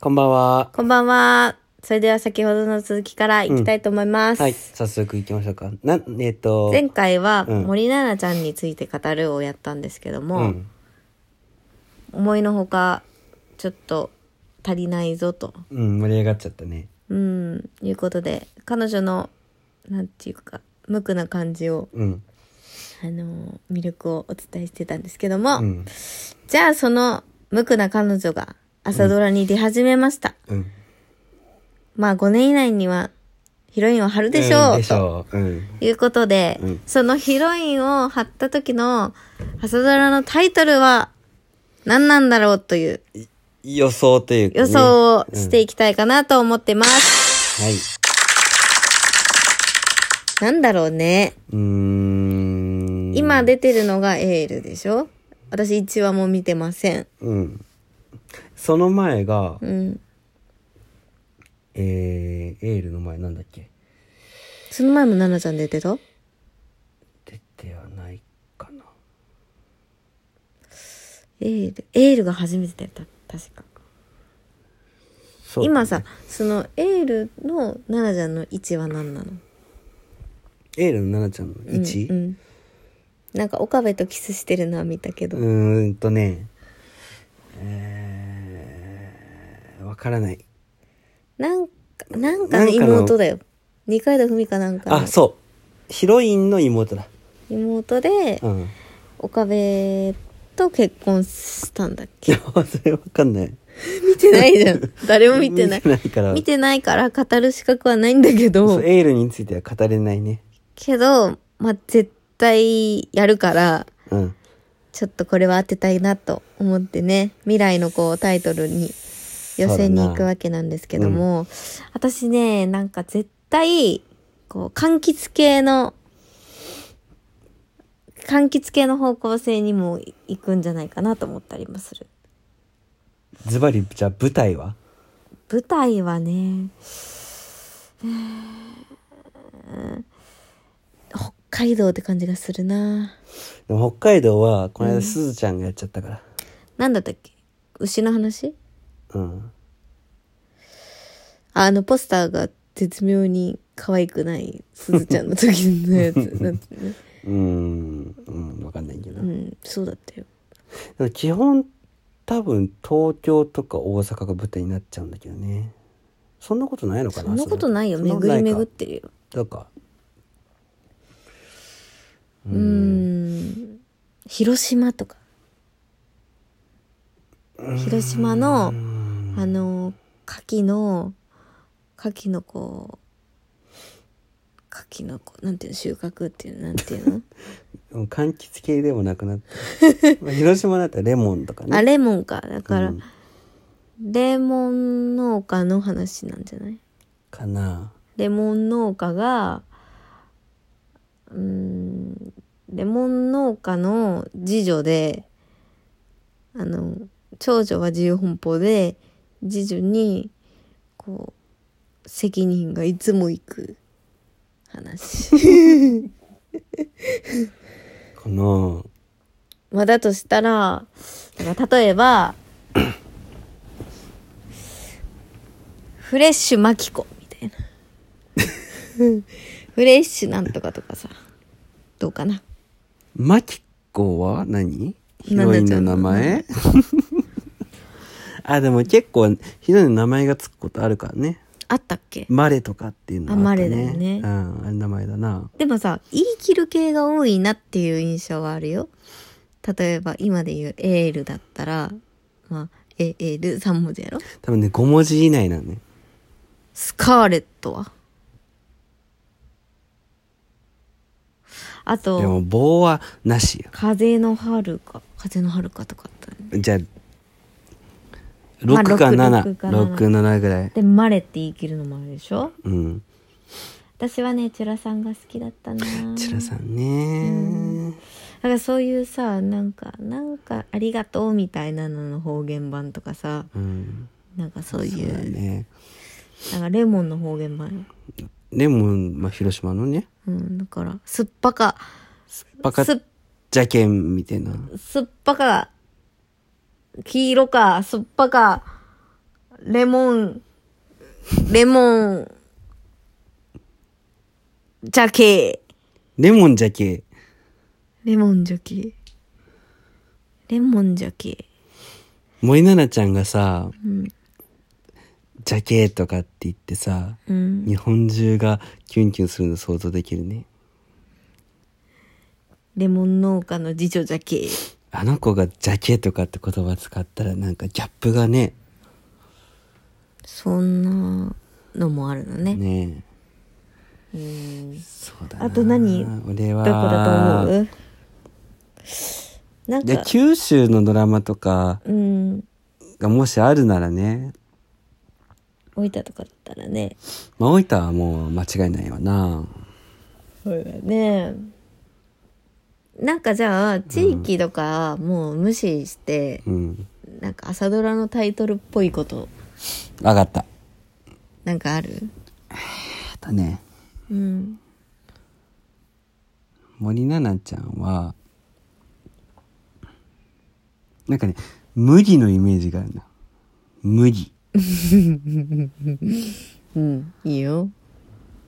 こんばんは。こんばんは。それでは先ほどの続きからいきたいと思います。はい、早速行きましょうか。な、えっ、と、前回はうん森奈々ちゃんについて語るをやったんですけども、うん、思いのほかちょっと足りないぞと、うん、盛り上がっちゃったね。うん、いうことで、彼女の、なんていうか、無垢な感じを、うん、あのー魅力をお伝えしてたんですけども、うん、じゃあその無垢な彼女が朝ドラに出始めました。うん。まあ5年以内にはヒロインを張るでしょう、んでしとょう。うん。いうことで、うんそのヒロインを貼った時の朝ドラのタイトルは何なんだろうという予想というか、ね。予想をしていきたいかなと思ってます。はい。なんだろうね。うーん。今出てるのがエールでしょ私1話も見てません。うん。その前が、うん。えー、エールの前なんだっけその前も奈々ちゃん出てた出てはないかな。エール。エールが初めてだった。確か。そう今さ、そのエールの奈々ちゃんの1は何なのエールの奈々ちゃんの位置うん、うん。なんか岡部とキスしてるのは見たけど。うーんとね、えー、わからない。なんか、なんかのなんかの妹だよ。二階堂ふみかなんかのあ、そう。ヒロインの妹だ。妹で、うん。岡部と結婚したんだっけそれわかんない。 見てないじゃん。誰も見てない。見てないから。見てないから語る資格はないんだけそどう、エールについては語れないね。けど、まあ、絶対やるから、うん。ちょっとこれは当てたいなと思ってね、未来のこうタイトルに予選に行くわけなんですけども、私ね、なんか絶対、こう、柑橘系の、柑橘系の方向性にも行くんじゃないかなと思ったりもする。ズバリ、じゃあ舞台は舞台はね、うーん北海道って感じがするなでも北海道は、この間すずちゃんがやっちゃったから。なんだったっけ牛の話うん。あのポスターが絶妙に可愛くないすずちゃんの時の やつなんてねうーん。うん、わかんないけど。うでんそうだったよも基本、多分東京とか大阪が舞台になっちゃうんだけどね。そんなことないのかなそんなことないよそんなこと巡りな巡っいかてるよそうか。うーん広島とか広島のあの牡蠣の牡蠣のこう牡蠣のこうなんていうの収穫っていうのなんていう のうん柑橘系でもなく なった。まあ広島だったらレモンとかね。あレモンかだから、うんレモン農家の話なんじゃないかな。レモン農家がうーんレモン農家の次女であの長女は自由奔放で次女にこう責任がいつも行く話かな。まあだとしたらだから例えばフレッシュマキコみたいなフレッシュなんとかとかさどうかなマキコは何ヒロイン の名前あ、でも結構ヒロインの名前がつくことあるからね。あったっけマレとかっていうのはあった、ね。あマレだよねうん、あれ名前だな。でもさ言い切る系が多いなっていう印象はあるよ例えば今で言うエールだったらまあえエール3文字やろ多分ね、5文字以内なのね。スカーレットはあでとも棒はなしよ。「風の遥か」「風の遥か」とかあったねじゃあ、まあ6か7。六か6、七7ぐらい。で「マレ」って言い切るのもあるでしょうん。私はねチュラさんが好きだったなチラさんね。だからそういうさなんかなんかありがとうみたいなのの方言版とかさうん。なんかそうそいうだうね。なんかレモンの方言版レモン、まあ、広島のね、うんだから酸っぱかバカ酸っじゃけんみたいな。酸っぱか黄色か酸っぱかレモン、レモン、ジャケレモンじゃけ。レモンジャケレモンジャケ森奈々ちゃんがさ、うん。じゃけとかって言ってさ、うん。日本中がキュンキュンするの想像できるね。レモン農家の次女ジャケあの子がじゃけとかって言葉使ったらなんかギャップがね、そんなのもあるのね。ねうん。えそうだな。あと何俺は、どこだと思うなんいやか、九州のドラマとかうん。がもしあるならね、置いたとかだったらね。まあ、大分はもう間違いないわな。そうだね。なんかじゃあ、地域とかもう無視して、うん。なんか朝ドラのタイトルっぽいこと、わかった。なんかあるあとね、うん。森七菜ちゃんは、なんかね、麦のイメージがあるな。麦。うん、いいよ。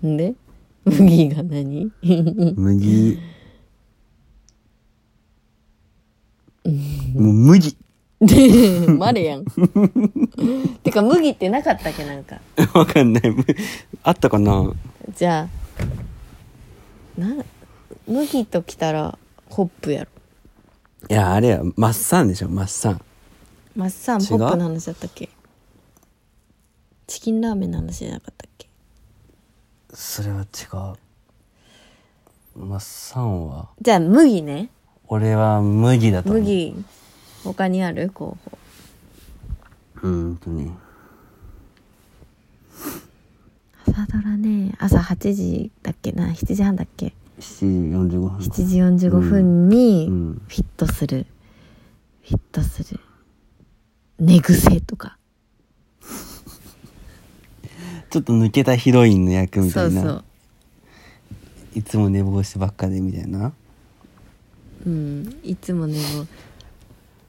んで 麦が何麦。もう麦。 マレやん。てか、麦ってなかったっけなんか。わかんない。 むあったかなじゃあ、な、麦ときたら、ホップやろ。いや、あれや、マッサンでしょ、マッサン。マッサン、違ホうップの話だったっけチキンラーメンの話じゃなかったっけそれは違う。マッサンは、じゃあ、麦ね。俺は麦だと思う。。麦、他にある候補。うーんとね。朝ドラね、朝8時だっけな、7時半だっけ7時45分。 7時45分にうんフィットする、フィットする寝癖とかちょっと抜けたヒロインの役みたそういな。そういつも寝坊してばっかでみたいな。うんいつも寝坊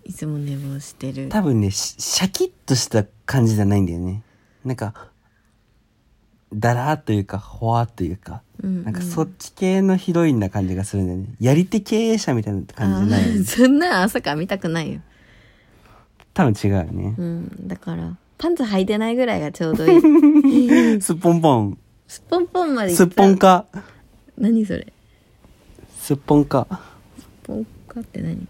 いつも寝坊してる多分ね、シシャキッとした感じじゃないんだよね。なんか、だらーというか、ほわーというか、うんうんなんかそっち系のヒロインな感じがするんだよね。やり手経営者みたいな感じじゃないよあー ね。そんな朝から見たくないよ多分違うよねう。んだからパンツ履いてないぐらいがちょうど いいすっぽんぽん。すっぽんぽんまでいったすっぽんか。何それすっぽんか。ぽんかって何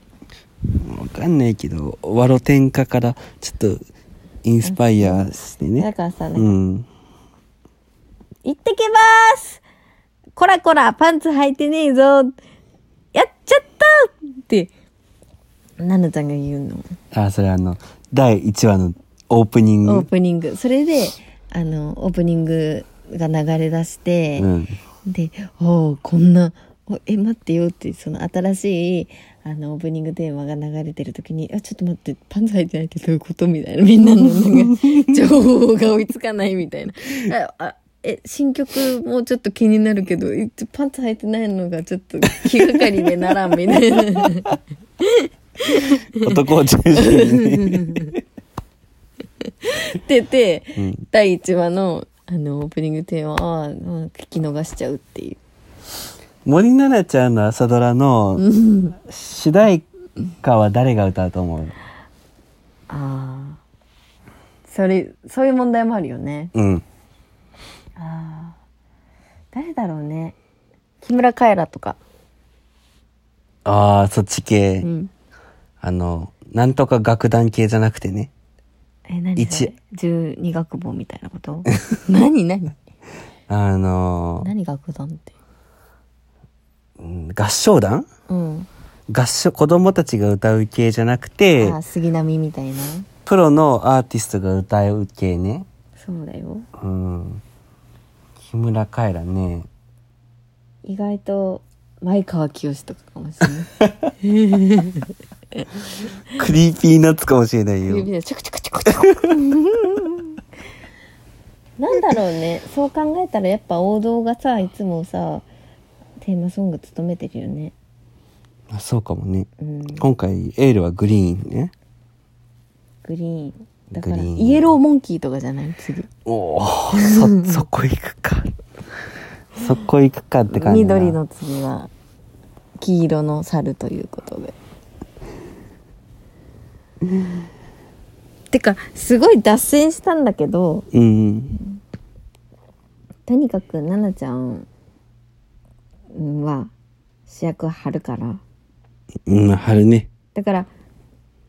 わかんないけど、ワロ天下からちょっとインスパイアしてだね。からさ、なんかうん。行ってきまーすこらこら、パンツ履いてねえぞやっちゃったって、ナナちゃんが言うの。あ、それあの、第1話のオープニンオーグ。プニング。それで、あの、オープニングが流れ出して、うん。で、おおこんな、おえ、待ってよって、その新しい、あの、オープニングテーマが流れてる時に、あ、ちょっと待って、パンツ履いてないってどういうことみたいな、みんなのなんか、情報が追いつかないみたいな。あ、あえ、新曲もちょっと気になるけど、えちょパンツ履いてないのがちょっと気がかりでならんみたいな。男を中心にね。ってて、ん第1話の、あの、オープニングテーマは、まあ聞き逃しちゃうっていう。森奈々ちゃんの朝ドラの主題歌は誰が歌うと思うああ。それ、そういう問題もあるよね。うん。ああ。誰だろうね。木村カエラとか。ああ、そっち系。うん。あの、なんとか楽団系じゃなくてね。え、何それ一十二学坊みたいなこと 何何あのー何学団って。うん合唱団うん。合唱、子供たちが歌う系じゃなくてああ、、杉並みたいな。プロのアーティストが歌う系ね。そうだよ。うん。木村カエラね。意外と、前川清とかかもしれない。クリーピーナッツかもしれないよ指。でチョクチョクチョクチョ ク。なんだろうね。そう考えたらやっぱ王道がさ、いつもさ、テーマソング務めてるよね。あそうかもね。うん。グ今回、エールはグリーンね。リーン。だからグリーンイエローモンキーとかじゃない次おー そそこ行くかそこ行くかって感じだな緑の次は黄色の猿ということで。てかすごい脱線したんだけどうんとにかく奈々ちゃんは主役は張るからうん春ねだから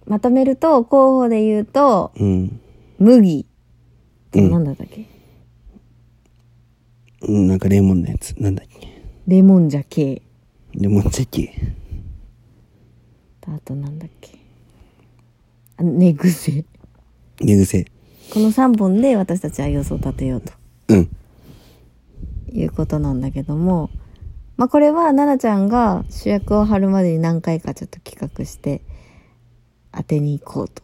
まとめると候補で言うとうん麦とうん何だったっけ、うんなんかレモンのやつなんだっけレモンじゃけレモンチェキとあとなんだっけあ寝癖寝癖この3本で私たちは予想立てようとうんいうことなんだけども、まあ、これは奈々ちゃんが主役を張るまでに何回かちょっと企画して当てに行こうと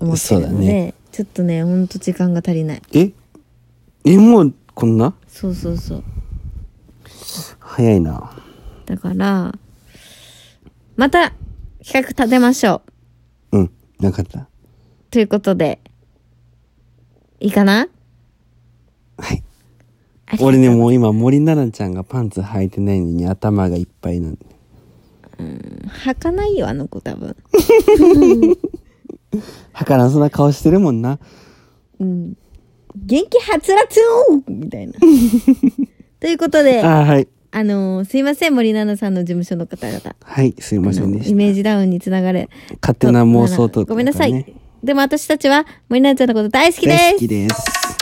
思ってるそうのだで、ねちょっとねほんと時間が足りないええもうこんなそうそうそう早いなだからまた企画立てましょううんなかったということでいいかなあはいりがとう俺ねもう今森奈々ちゃんがパンツ履いてないのに頭がいっぱいなんで履かないよあの子多分はからんそんな顔してるもんなうん元気はつらつんみたい なということであーはいあのーすいません、森奈々さんの事務所の方々。はいすいませんでイしメージダウンにつながれ。た勝手な妄想と、ごめんなさい。でも私たちは森奈々ちゃんのこと大好きです大好。きです